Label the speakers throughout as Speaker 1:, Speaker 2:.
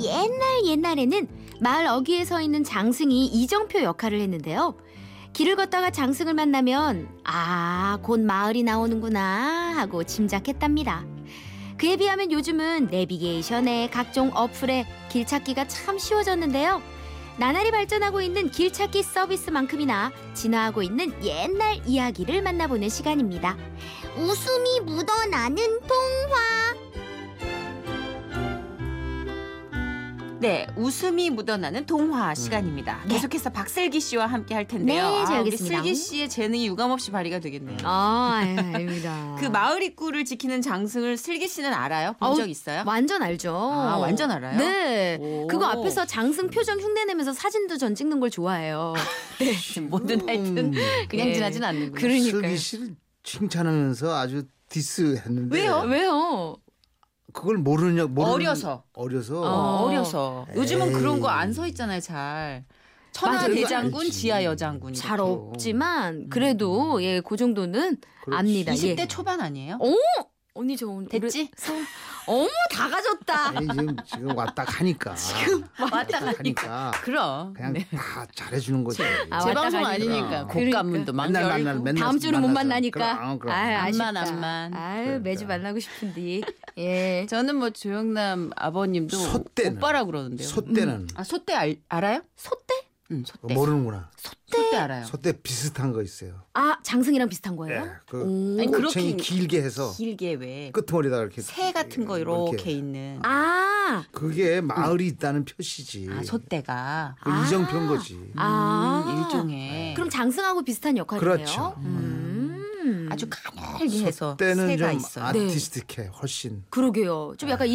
Speaker 1: 옛날 옛날에는 마을 어귀에 서 있는 장승이 이정표 역할을 했는데요. 길을 걷다가 장승을 만나면 아, 곧 마을이 나오는구나 하고 짐작했답니다. 그에 비하면 요즘은 내비게이션에 각종 어플에 길 찾기가 참 쉬워졌는데요. 나날이 발전하고 있는 길 찾기 서비스만큼이나 진화하고 있는 옛날 이야기를 만나보는 시간입니다.
Speaker 2: 웃음이 묻어나는 통화.
Speaker 3: 네, 웃음이 묻어나는 동화 시간입니다.
Speaker 1: 네.
Speaker 3: 계속해서 박슬기 씨와 함께 할 텐데요.
Speaker 1: 네, 잘
Speaker 3: 아, 우리
Speaker 1: 알겠습니다.
Speaker 3: 슬기 씨의 재능이 유감없이 발휘가 되겠네요.
Speaker 1: 아, 예, 아닙니다.
Speaker 3: 그 마을 입구를 지키는 장승을 슬기 씨는 알아요? 본
Speaker 1: 아우,
Speaker 3: 적 있어요?
Speaker 1: 완전 알죠.
Speaker 3: 아, 완전 알아요?
Speaker 1: 네.
Speaker 3: 오.
Speaker 1: 그거 앞에서 장승 표정 흉내내면서 사진도 전 찍는 걸 좋아해요.
Speaker 3: 뭐든 하여튼 그냥
Speaker 1: 네.
Speaker 3: 지나진 않는 거예요.
Speaker 1: 그러니까요.
Speaker 4: 음. 슬기 씨를 칭찬하면서 아주 디스했는데
Speaker 3: 왜요?
Speaker 1: 왜요?
Speaker 4: 그걸 모르냐 모르는 네.
Speaker 3: 어려서.
Speaker 4: 어려서
Speaker 1: 어.
Speaker 3: 어, 어려서. 요즘은
Speaker 4: 에이.
Speaker 3: 그런 거
Speaker 4: 음.
Speaker 3: 안 서 있잖아요, 잘. 천하
Speaker 1: 맞아요.
Speaker 3: 대장군,
Speaker 4: 알지.
Speaker 3: 지하 여장군.
Speaker 1: 잘
Speaker 4: 그렇죠.
Speaker 3: 음.
Speaker 1: 없지만 그래도 예, 그 정도는
Speaker 4: 그렇지.
Speaker 1: 압니다. 예.
Speaker 3: 20대 초반 아니에요?
Speaker 1: 오! 언니 저 오늘
Speaker 3: 됐지?
Speaker 1: 성- 어머 다 가졌다.
Speaker 4: 아니, 지금 지금 왔다 가니까 지금
Speaker 3: 왔다
Speaker 4: 가니까
Speaker 3: 아, 그럼.
Speaker 4: 그냥
Speaker 3: 네.
Speaker 4: 다 잘해주는 거지.
Speaker 1: 아,
Speaker 3: 제
Speaker 1: 왔다
Speaker 3: 방송
Speaker 1: 가니까.
Speaker 3: 아니니까
Speaker 4: 그러니까.
Speaker 3: 곡감문도 막
Speaker 4: 맨날
Speaker 3: 열고.
Speaker 4: 만날 맨날
Speaker 1: 다음 주는 못 만나니까.
Speaker 4: 그럼, 음. 그럼.
Speaker 1: 아유, 아쉽다.
Speaker 3: 암만, 암만.
Speaker 1: 아유,
Speaker 4: 그러니까.
Speaker 1: 매주 만나고 싶은데. 예.
Speaker 3: 저는 뭐 조영남 아버님도
Speaker 4: 소떼는.
Speaker 3: 오빠라 그러는데요.
Speaker 4: 소떼는
Speaker 3: 아 소떼 알, 알아요? 소떼? 응, 소떼.
Speaker 4: 모르는구나.
Speaker 3: 소떼 알아요.
Speaker 4: 소떼 비슷한 거 있어요.
Speaker 1: 아, 장승이랑 비슷한 거예요?
Speaker 4: 예, 그
Speaker 1: 오.
Speaker 3: 아니,
Speaker 4: 꼬챙이
Speaker 3: 그렇게-
Speaker 4: 길게 해서
Speaker 3: 길게 왜?
Speaker 4: 끝머리다가 뭐 이렇게
Speaker 3: 새 같은 거 이렇게 있는. 아,
Speaker 1: 아.
Speaker 4: 그게 마을이 있다는 표시지.
Speaker 3: 소떼가
Speaker 4: 그
Speaker 1: 아.
Speaker 4: 이정표인 거지.
Speaker 1: 아.
Speaker 3: 음,
Speaker 4: 네.
Speaker 3: 일종의
Speaker 1: 그럼 장승하고 비슷한 역할이네요.
Speaker 4: 그렇죠.
Speaker 1: 음.
Speaker 3: 아주 가늘게 해서
Speaker 4: 때는
Speaker 3: 새가
Speaker 4: 좀
Speaker 3: 아, 있어요.
Speaker 1: 네.
Speaker 4: 아티스틱해 훨씬.
Speaker 1: 그러게요. 좀
Speaker 3: 아.
Speaker 1: 약간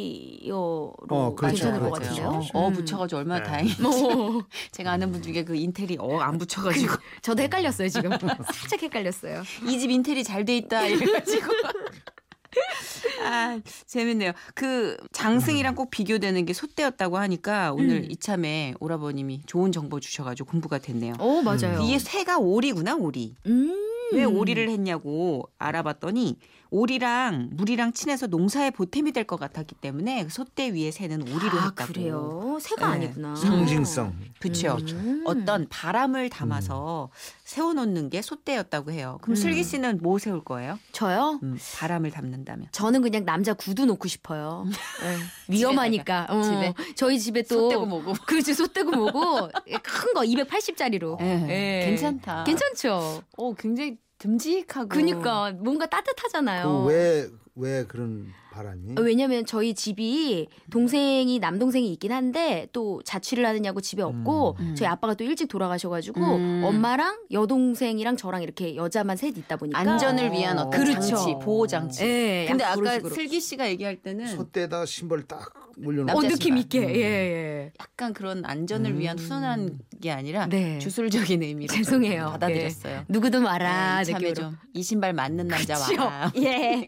Speaker 1: 인테리어로
Speaker 4: 어, 그렇죠.
Speaker 1: 괜찮을 것
Speaker 4: 그렇죠.
Speaker 1: 같은데요.
Speaker 3: 어
Speaker 1: 음.
Speaker 3: 붙여가지고 얼마나
Speaker 4: 네.
Speaker 3: 다행이지.
Speaker 1: 뭐,
Speaker 3: 제가 아는 분 중에 그 인테리 어 안 붙여가지고
Speaker 1: 저도 헷갈렸어요 지금. 살짝 헷갈렸어요.
Speaker 3: 이 집 인테리 잘 돼 있다 이래가지고. 아, 재밌네요. 그 장승이랑 꼭 비교되는 게 소떼였다고 하니까 오늘
Speaker 1: 음.
Speaker 3: 이참에 오라버님이 좋은 정보 주셔가지고 공부가 됐네요.
Speaker 1: 어 맞아요.
Speaker 3: 음. 이게 새가 오리구나 오리.
Speaker 1: 음.
Speaker 3: 왜 오리를 했냐고 알아봤더니 오리랑 물이랑 친해서 농사에 보탬이 될 것 같았기 때문에 그 소떼 위에 새는 오리로
Speaker 1: 아
Speaker 3: 했다고.
Speaker 1: 그래요. 새가
Speaker 3: 네.
Speaker 1: 아니구나.
Speaker 4: 상징성.
Speaker 3: 그렇죠.
Speaker 1: 음.
Speaker 3: 어떤 바람을 담아서 세워놓는 게 소떼였다고 해요. 그럼
Speaker 1: 음.
Speaker 3: 슬기 씨는 뭐 세울 거예요?
Speaker 1: 저요?
Speaker 3: 음, 바람을 담는다면.
Speaker 1: 저는 그냥 남자 구두 놓고 싶어요. 네. 위험하니까. 어,
Speaker 3: 음. 집에.
Speaker 1: 저희 집에 또
Speaker 3: 뭐고.
Speaker 1: 그렇지 솥대고 뭐고 큰 거 280짜리로.
Speaker 3: 어.
Speaker 1: 예.
Speaker 3: 네. 괜찮다.
Speaker 1: 괜찮죠.
Speaker 3: 오, 굉장히 듬직하고.
Speaker 1: 그니까
Speaker 3: 음.
Speaker 1: 뭔가 따뜻하잖아요.
Speaker 4: 그
Speaker 3: 그
Speaker 4: 왜왜 그런 바람이?
Speaker 1: 어, 왜냐면 저희 집이 동생이 남동생이 있긴 한데 또 자취를 하느냐고 집에 없고
Speaker 3: 음.
Speaker 1: 저희 아빠가 또 일찍 돌아가셔가지고
Speaker 3: 음.
Speaker 1: 엄마랑 여동생이랑 저랑 이렇게 여자만 셋 있다 보니까
Speaker 3: 안전을 위한 어떤
Speaker 1: 그렇죠.
Speaker 3: 장치, 보호 장치.
Speaker 1: 예,
Speaker 3: 근데
Speaker 1: 약간 그런
Speaker 3: 아까
Speaker 1: 식으로.
Speaker 3: 슬기 씨가 얘기할 때는
Speaker 4: 소떼에다가 심벌 딱 올려놓고.
Speaker 1: 어,
Speaker 3: 남자친구가.
Speaker 1: 느낌 있게
Speaker 4: 음.
Speaker 1: 예,
Speaker 3: 약간 그런 안전을
Speaker 4: 음.
Speaker 3: 위한 훈훈한 게 아니라
Speaker 1: 예. 네
Speaker 3: 주술적인 의미로
Speaker 1: 죄송해요.
Speaker 3: 받아들였어요.
Speaker 1: 누구도 말아
Speaker 3: 아,
Speaker 1: 느낌으로.
Speaker 3: 참에 좀이 신발 맞는 남자
Speaker 1: 그쵸?
Speaker 3: 와.
Speaker 1: 예.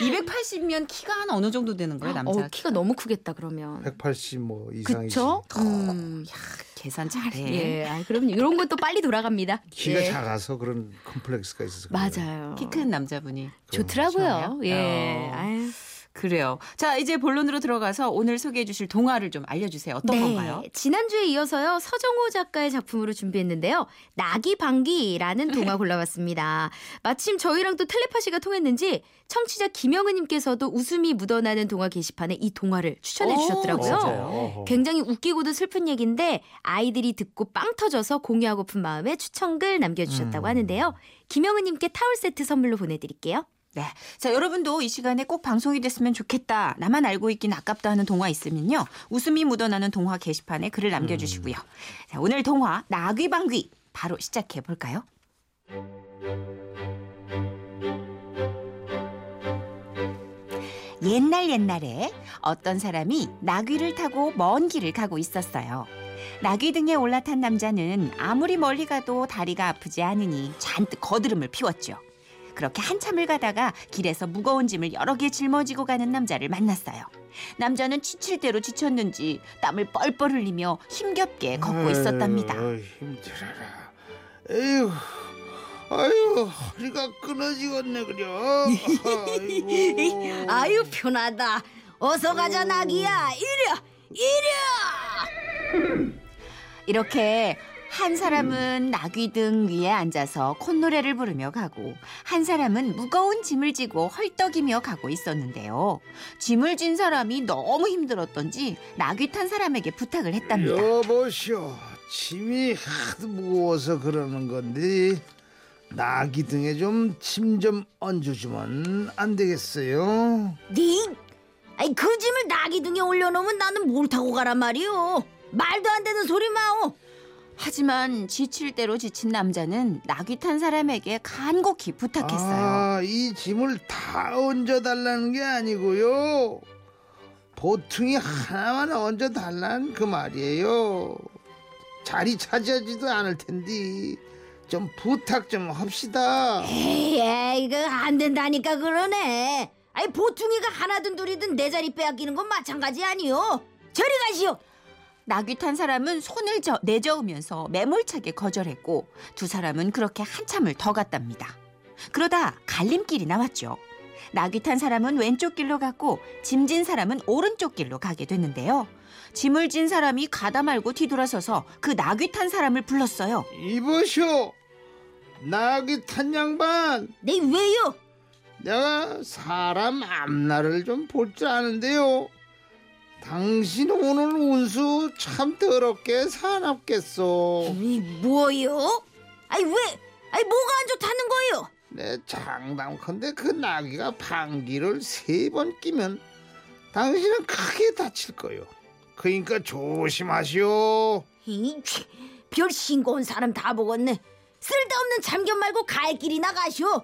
Speaker 3: 280면 키가 한 어느 정도 되는 거예요, 남자?
Speaker 1: 어, 키가 너무 크겠다 그러면.
Speaker 4: 180뭐 이상이지.
Speaker 1: 그쵸? 음.
Speaker 3: 계산 잘해.
Speaker 1: 예. 아, 그럼 이런 것도 빨리 돌아갑니다.
Speaker 4: 키가
Speaker 1: 예.
Speaker 4: 작아서 그런 컴플렉스가 있어서. 그래요.
Speaker 1: 맞아요.
Speaker 3: 키 큰 남자분이
Speaker 1: 좋더라고요.
Speaker 3: 좋아요.
Speaker 1: 예.
Speaker 3: 어.
Speaker 1: 아유.
Speaker 3: 그래요. 자, 이제 본론으로 들어가서 오늘 소개해 주실 동화를 좀 알려 주세요. 어떤 건가요?
Speaker 1: 네. 지난주에 이어서요. 서정호 작가의 작품으로 준비했는데요. 낙이
Speaker 3: 네.
Speaker 1: 방귀라는 동화 골라봤습니다. 마침 저희랑 또 텔레파시가 통했는지 청취자 김영은 님께서도 웃음이 묻어나는 동화 게시판에 이 동화를 추천해
Speaker 3: 오,
Speaker 1: 주셨더라고요.
Speaker 3: 진짜요?
Speaker 4: 어허.
Speaker 1: 굉장히 웃기고도 슬픈 얘기인데 아이들이 듣고 빵 터져서 공유하고픈 마음에 추천글 남겨주셨다고
Speaker 4: 음.
Speaker 1: 하는데요. 김영은 님께 타월 세트 선물로 보내드릴게요.
Speaker 3: 네. 자, 여러분도 이 시간에 꼭 방송이 됐으면 좋겠다. 나만 알고 있긴 아깝다 하는 동화 있으면요. 웃음이 묻어나는 동화 게시판에 글을 남겨 주시고요. 자, 오늘 동화 나귀방귀 바로 시작해 볼까요? 옛날 옛날에 어떤 사람이 나귀를 타고 먼 길을 가고 있었어요. 나귀 등에 올라탄 남자는 아무리 멀리 가도 다리가 아프지 않으니 잔뜩 거드름을 피웠죠. 그렇게 한참을 가다가 길에서 무거운 짐을 여러 개 짊어지고 가는 남자를 만났어요. 남자는 지칠 대로 지쳤는지 땀을 뻘뻘 흘리며 힘겹게
Speaker 4: 음.
Speaker 3: 걷고 있었답니다.
Speaker 4: 아유, 힘들어라. 에휴, 아유 허리가 끊어지겠네 그려. 아이고.
Speaker 1: 아유 편하다. 어서 가자 나기야. 이려
Speaker 3: 이렇게 한 사람은 나귀 등 위에 앉아서 콧노래를 부르며 가고 한 사람은 무거운 짐을 지고 헐떡이며 가고 있었는데요. 짐을 진 사람이 너무 힘들었던지 나귀 탄 사람에게 부탁을 했답니다.
Speaker 4: 예. 여보시오, 짐이 하도 무거워서 그러는 건데 나기 등에 좀 짐 좀 얹어주면 안 되겠어요?
Speaker 2: 네? 아이 그 짐을 나기 등에 올려놓으면 나는 뭘 타고 가란 말이오? 말도 안 되는 소리 마오.
Speaker 3: 하지만 지칠 대로 지친 남자는 나귀 탄 사람에게 간곡히 부탁했어요.
Speaker 4: 아, 이 짐을 다 얹어 달라는 게 아니고요. 보통이 하나만 얹어 달라는 그 말이에요. 자리 차지하지도 않을 텐데 좀 부탁 좀 합시다.
Speaker 2: 에이, 에이 이거 안 된다니까 그러네. 아이 보퉁이가 하나든 둘이든 내 자리 빼앗기는 건 마찬가지 아니오. 저리 가시오.
Speaker 3: 나귀 탄 사람은 손을 저, 내저으면서 매몰차게 거절했고 두 사람은 그렇게 한참을 더 갔답니다. 그러다 갈림길이 나왔죠. 나귀 탄 사람은 왼쪽 길로 갔고 짐진 사람은 오른쪽 길로 가게 됐는데요. 짐을 진 사람이 가다 말고 뒤돌아서서 그 나귀 탄 사람을 불렀어요.
Speaker 4: 이보쇼, 나귀 탄 양반,
Speaker 2: 네 왜요?
Speaker 4: 내가 사람 앞날을 좀 볼 줄 아는데요. 당신 오늘 운수 참 더럽게 사납겠소.
Speaker 2: 이 뭐요? 아이 왜? 아이 뭐가 안 좋다는 거요?
Speaker 4: 내 장담컨대 그 나귀가 방귀를 세 번 끼면 당신은 크게 다칠 거요. 그러니까 조심하시오.
Speaker 2: 이, 치, 별 신고 온 사람 다 보겠네. 쓸데없는 참견 말고 갈 길이 나가시오.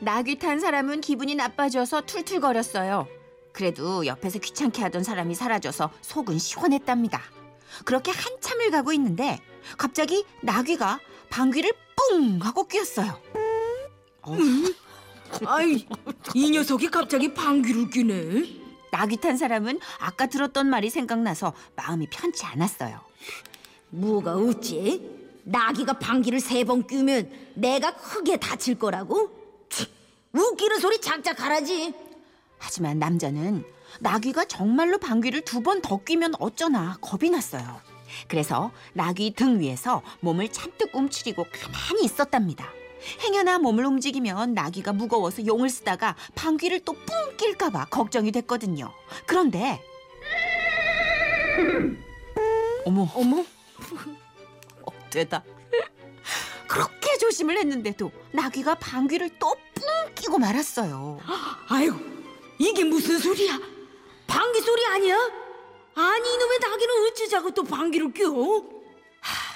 Speaker 3: 나귀 탄 사람은 기분이 나빠져서 툴툴거렸어요. 그래도 옆에서 귀찮게 하던 사람이 사라져서 속은 시원했답니다. 그렇게 한참을 가고 있는데 갑자기 나귀가 방귀를 뿡 하고 뀌었어요.
Speaker 5: 아이, 이 녀석이 갑자기 방귀를 뀌네.
Speaker 3: 나귀 탄 사람은 아까 들었던 말이 생각나서 마음이 편치 않았어요.
Speaker 2: 뭐가 어찌? 나귀가 방귀를 세 번 뀌면 내가 크게 다칠 거라고? 치, 웃기는 소리 작작 하라지.
Speaker 3: 하지만 남자는 나귀가 정말로 방귀를 두 번 더 뀌면 어쩌나 겁이 났어요. 그래서 나귀 등 위에서 몸을 잔뜩 움츠리고 가만히 있었답니다. 행여나 몸을 움직이면 나귀가 무거워서 용을 쓰다가 방귀를 또 뿡 낄까봐 걱정이 됐거든요. 그런데 어머 어머 되다 그렇게 조심을 했는데도 나귀가 방귀를 또 뿡 끼고 말았어요.
Speaker 5: 아이고, 이게 무슨 소리야? 방귀 소리 아니야? 아니 이놈의 나귀는 어찌 자꾸 또 방귀를 뀌어?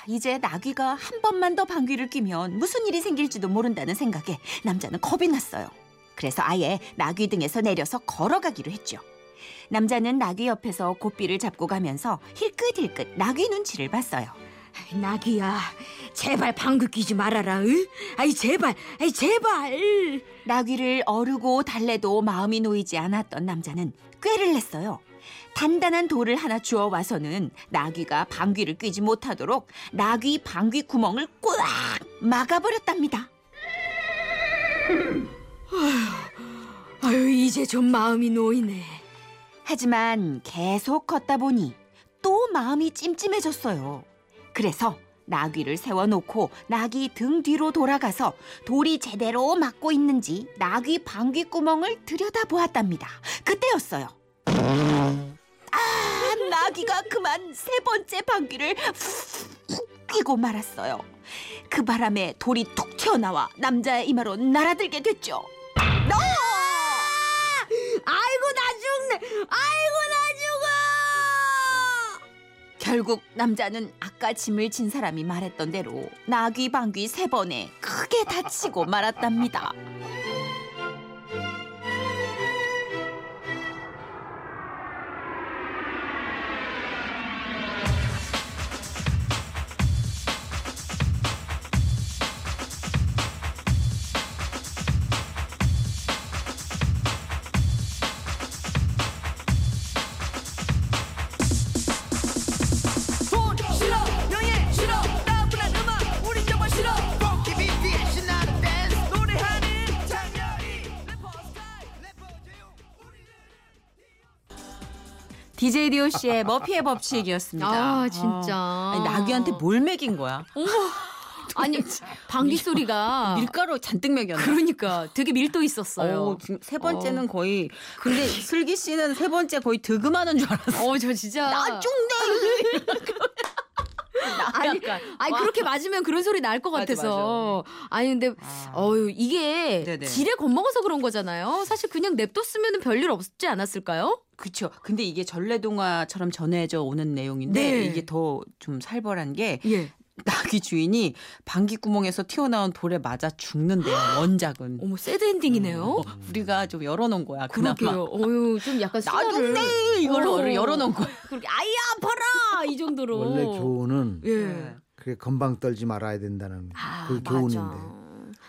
Speaker 3: 이제 나귀가 한 번만 더 방귀를 뀌면 무슨 일이 생길지도 모른다는 생각에 남자는 겁이 났어요. 그래서 아예 나귀 등에서 내려서 걸어가기로 했죠. 남자는 나귀 옆에서 고삐를 잡고 가면서 힐끗힐끗 나귀 눈치를 봤어요.
Speaker 5: 나귀야, 제발 방귀 뀌지 말아라. 으? 아이 제발, 아이 제발.
Speaker 3: 나귀를 어르고 달래도 마음이 놓이지 않았던 남자는 꾀를 냈어요. 단단한 돌을 하나 주워 와서는 나귀가 방귀를 뀌지 못하도록 나귀 방귀 구멍을 꽉 막아버렸답니다.
Speaker 5: 아유 이제 좀 마음이 놓이네.
Speaker 3: 하지만 계속 걷다 보니 또 마음이 찜찜해졌어요. 그래서 나귀를 세워놓고 나귀 등 뒤로 돌아가서 돌이 제대로 막고 있는지 나귀 방귀 구멍을 들여다보았답니다. 그때였어요. 아, 나귀가 그만 세 번째 방귀를 훅 끼고 말았어요. 그 바람에 돌이 툭 튀어나와 남자의 이마로 날아들게 됐죠.
Speaker 2: 아이고 나 죽네. 아이고 나 죽어.
Speaker 3: 결국 남자는 아까 짐을 진 사람이 말했던 대로 나귀 방귀 세 번에 크게 다치고 말았답니다.
Speaker 6: 나쁜 음악 우리 정말 싫어 뽕기 비비에 신나는 댄스 노래하는 장
Speaker 7: DJ 디오 씨의 머피의 법칙이었습니다.
Speaker 1: 아, 진짜.
Speaker 7: 어. 아니, 나귀한테 뭘 먹인 거야?
Speaker 1: 아니 방귀 소리가
Speaker 3: 밀가루 잔뜩 먹였나?
Speaker 1: 그러니까 되게 밀도 있었어요.
Speaker 3: 어, 지금 세 번째는 거의 근데 슬기 씨는 세 번째 거의 득음하는 줄 알았어.
Speaker 1: 어 저 진짜 아니, 아니 그렇게 맞으면 그런 소리 날 것
Speaker 3: 맞아, 음.
Speaker 1: 같아서. 아니 근데 어유 이게
Speaker 3: 네네.
Speaker 1: 지레 겁먹어서 그런 거잖아요. 사실 그냥 냅뒀으면 별일 없지 않았을까요?
Speaker 3: 그렇죠. 근데 이게 전래동화처럼 전해져 오는 내용인데
Speaker 1: 네.
Speaker 3: 이게 더 좀 살벌한 게
Speaker 1: 예.
Speaker 3: 나귀 주인이 방귀 구멍에서 튀어나온 돌에 맞아 죽는데요. 원작은.
Speaker 1: 어머 새드 엔딩이네요.
Speaker 3: 어, 우리가 좀 열어놓은 거야. 그나마. 네.
Speaker 1: 그러게요. 어유 좀 약간 수다를
Speaker 3: 나중에 이걸
Speaker 1: 어.
Speaker 3: 열어놓은 거야.
Speaker 1: 그렇게 아야 아파라 이 정도로.
Speaker 4: 원래 교훈은
Speaker 3: 네.
Speaker 1: 예.
Speaker 4: 그래 건방 떨지 말아야 된다는
Speaker 1: 아,
Speaker 4: 그
Speaker 1: 맞아.
Speaker 4: 교훈인데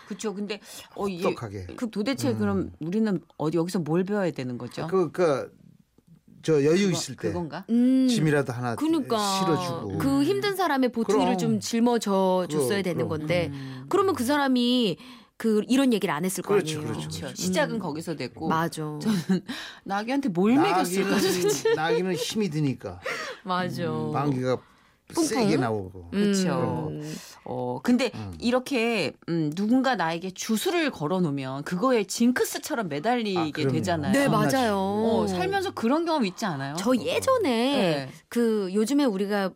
Speaker 3: 그렇죠. 근데 어 이게
Speaker 4: 똑똑하게
Speaker 3: 그
Speaker 1: 음.
Speaker 3: 도대체 그럼 우리는 어디 여기서 뭘 배워야 되는 거죠?
Speaker 4: 아,
Speaker 3: 뭐
Speaker 4: 그그 저 여유
Speaker 3: 그거-
Speaker 4: 있을 때
Speaker 3: 그건가?
Speaker 1: 음.
Speaker 4: 짐이라도 하나
Speaker 1: 그니까
Speaker 4: 실어주고
Speaker 3: 음.
Speaker 1: 그 힘든 사람의 보퉁이를 좀
Speaker 4: 그럼.
Speaker 1: 짊어져 줬어야 되는
Speaker 4: 그럼, 그럼.
Speaker 1: 건데
Speaker 3: 음.
Speaker 1: 그러면 그 사람이 그 이런 얘기를 안 했을
Speaker 4: 그렇죠,
Speaker 1: 거 아니에요.
Speaker 4: 그렇죠.
Speaker 3: 그렇죠. 시작은 거기서 됐고
Speaker 1: 맞아.
Speaker 3: 나귀한테 뭘 먹였을까?
Speaker 4: 나기는 나기는 힘이 드니까
Speaker 1: 맞아.
Speaker 4: 음,
Speaker 3: 음.
Speaker 4: 방귀가 음. 세게 나오고
Speaker 3: 그렇죠. 어 근데 이렇게 음, 누군가 나에게 주술을 걸어놓으면 그거에 징크스처럼 매달리게
Speaker 4: 아, 그럼요.
Speaker 3: 되잖아요.
Speaker 1: 네,
Speaker 4: 겁나지.
Speaker 1: 맞아요.
Speaker 3: 어, 살면서 그런 경험 있지 않아요?
Speaker 1: 저 예전에
Speaker 3: 네.
Speaker 1: 그 요즘에 우리가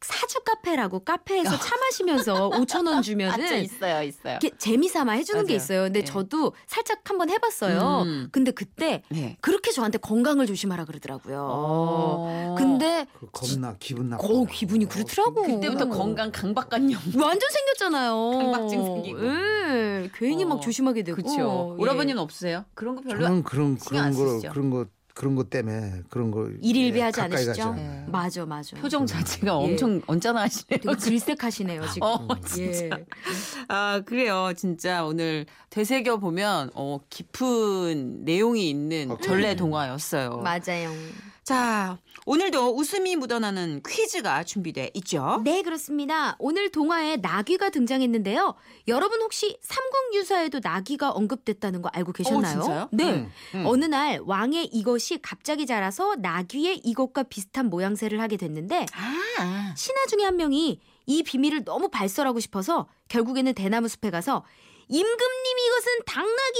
Speaker 1: 사주 카페라고 카페에서 차 마시면서 5천 원
Speaker 3: 맞죠,
Speaker 1: 주면은
Speaker 3: 있어요, 있어요.
Speaker 1: 이렇게 재미삼아 해주는 게
Speaker 3: 맞아요.
Speaker 1: 있어요. 근데
Speaker 3: 네.
Speaker 1: 저도 살짝 한번 해봤어요.
Speaker 3: 음.
Speaker 1: 근데 그때
Speaker 3: 네.
Speaker 1: 그렇게 저한테 건강을 조심하라 그러더라고요.
Speaker 3: 어.
Speaker 1: 근데
Speaker 4: 그 겁나 기분 음. 나빠.
Speaker 1: 어, 기분이 그렇더라고.
Speaker 3: 그때부터 건강 강박관념.
Speaker 1: 완전 생겼잖아요.
Speaker 3: 강박증 생기고.
Speaker 1: 예, 괜히
Speaker 3: 어,
Speaker 1: 막 조심하게 되고.
Speaker 3: 그렇죠.
Speaker 1: 예.
Speaker 3: 오라버니는 없으세요? 그런 거 별로
Speaker 4: 저는 그런
Speaker 3: 신경 안
Speaker 4: 그런 거
Speaker 3: 쓰시죠?
Speaker 4: 그런 거 그런 거 때문에 그런 거
Speaker 1: 일일비
Speaker 4: 예,
Speaker 1: 하지
Speaker 4: 가까이
Speaker 1: 않으시죠?
Speaker 4: 가지 않아요.
Speaker 3: 네.
Speaker 1: 맞아, 맞아.
Speaker 3: 표정 자체가 엄청 언짢아하시네요.
Speaker 1: 되게 질색하시네요 지금. 예.
Speaker 3: 어, 진짜. 아, 그래요. 진짜 오늘 되새겨 보면 어, 깊은 내용이 있는
Speaker 4: 아, 그래요?
Speaker 3: 전래 동화였어요.
Speaker 1: 맞아요.
Speaker 3: 자, 오늘도 웃음이 묻어나는 퀴즈가 준비돼 있죠.
Speaker 1: 네, 그렇습니다. 오늘 동화에 나귀가 등장했는데요. 여러분 혹시 삼국유사에도 나귀가 언급됐다는 거 알고 계셨나요?
Speaker 3: 어, 진짜요?
Speaker 1: 네.
Speaker 4: 음, 음.
Speaker 1: 어느 날 왕의 이것이 갑자기 자라서 나귀의 이것과 비슷한 모양새를 하게 됐는데
Speaker 3: 아.
Speaker 1: 신하 중에 한 명이 이 비밀을 너무 발설하고 싶어서 결국에는 대나무 숲에 가서 임금님 이것은 당나귀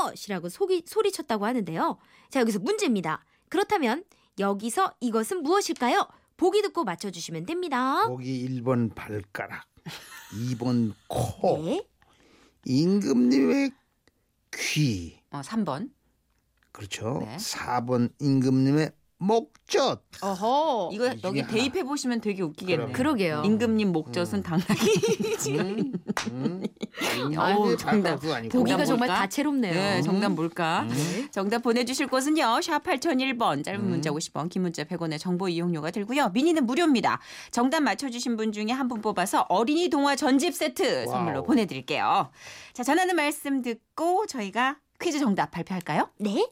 Speaker 1: 이것이라고 속이, 소리쳤다고 하는데요. 자 여기서 문제입니다. 그렇다면 여기서 이것은 무엇일까요? 보기 듣고 맞춰주시면
Speaker 3: 어?
Speaker 1: 됩니다.
Speaker 4: 거기 1번 발가락, 2번
Speaker 3: 어.
Speaker 4: 코,
Speaker 1: 네.
Speaker 4: 임금님의 귀,
Speaker 3: 어, 3번.
Speaker 4: 그렇죠.
Speaker 3: 네.
Speaker 4: 4번 임금님의 목젖.
Speaker 1: 어허.
Speaker 3: 이거
Speaker 4: 이 중에
Speaker 3: 여기
Speaker 4: 하나.
Speaker 3: 대입해 보시면 되게 웃기겠네요.
Speaker 1: 그러게요.
Speaker 3: 임금님 목젖은 당나귀.
Speaker 4: 음, 음.
Speaker 3: 아우,
Speaker 4: 아니,
Speaker 3: 정답.
Speaker 4: 그거 아니고. 뭐
Speaker 3: 보기가
Speaker 1: 보기가 정말
Speaker 3: 뭘까?
Speaker 1: 다채롭네요.
Speaker 3: 네, 정답 뭘까?
Speaker 4: 음.
Speaker 3: 정답 보내주실 곳은요. 샵 8001번 짧은 문자 50원 긴 문자 100원의 정보 이용료가 들고요. 미니는 무료입니다. 정답 맞춰주신 분 중에 한 분 뽑아서 어린이 동화 전집 세트 선물로
Speaker 4: 와우.
Speaker 3: 보내드릴게요. 자 전하는 말씀 듣고 저희가 퀴즈 정답 발표할까요?
Speaker 1: 네.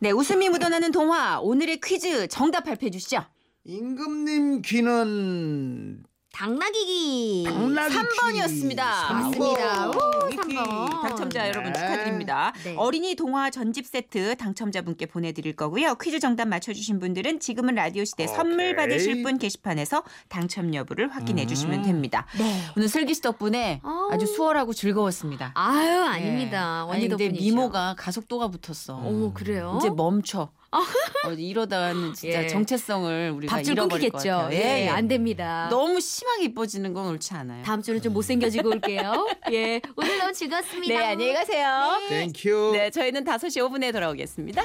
Speaker 3: 네 웃음이 묻어나는 동화 오늘의 퀴즈 정답 발표해 주시죠.
Speaker 4: 임금님 귀는
Speaker 1: 당나귀기.
Speaker 4: 당나귀
Speaker 3: 3번이었습니다.
Speaker 1: 맞습니다. 오,
Speaker 3: 위키.
Speaker 1: 3번.
Speaker 3: 당첨자 여러분
Speaker 4: 네.
Speaker 3: 축하드립니다.
Speaker 1: 네.
Speaker 3: 어린이 동화 전집 세트 당첨자분께 보내드릴 거고요. 퀴즈 정답 맞춰주신 분들은 지금은 라디오 시대 선물
Speaker 4: 오케이.
Speaker 3: 받으실 분 게시판에서 당첨 여부를 확인해
Speaker 4: 음.
Speaker 3: 주시면 됩니다.
Speaker 1: 네.
Speaker 3: 오늘 슬기 씨 덕분에
Speaker 1: 아우.
Speaker 3: 아주 수월하고 즐거웠습니다.
Speaker 1: 아유
Speaker 3: 네.
Speaker 1: 아닙니다.
Speaker 3: 아니,
Speaker 1: 언니
Speaker 3: 근데
Speaker 1: 덕분이죠. 음.
Speaker 3: 미모가 가속도가 붙었어.
Speaker 1: 어머 그래요?
Speaker 3: 이제 멈춰. 어, 이러다가는 진짜
Speaker 1: 예. 정체성을
Speaker 3: 정체성을 우리가
Speaker 1: 밥줄
Speaker 3: 잃어버릴
Speaker 1: 끊기겠죠.
Speaker 3: 것 같아요.
Speaker 1: 예, 안 됩니다.
Speaker 3: 너무 심하게 이뻐지는 건 옳지 않아요.
Speaker 1: 다음 주는 좀 못생겨지고 올게요. 예, 오늘 너무 즐거웠습니다.
Speaker 3: 네, 안녕히 네, 가세요.
Speaker 4: 땡큐.
Speaker 3: 네, 저희는 5시 5분에 돌아오겠습니다.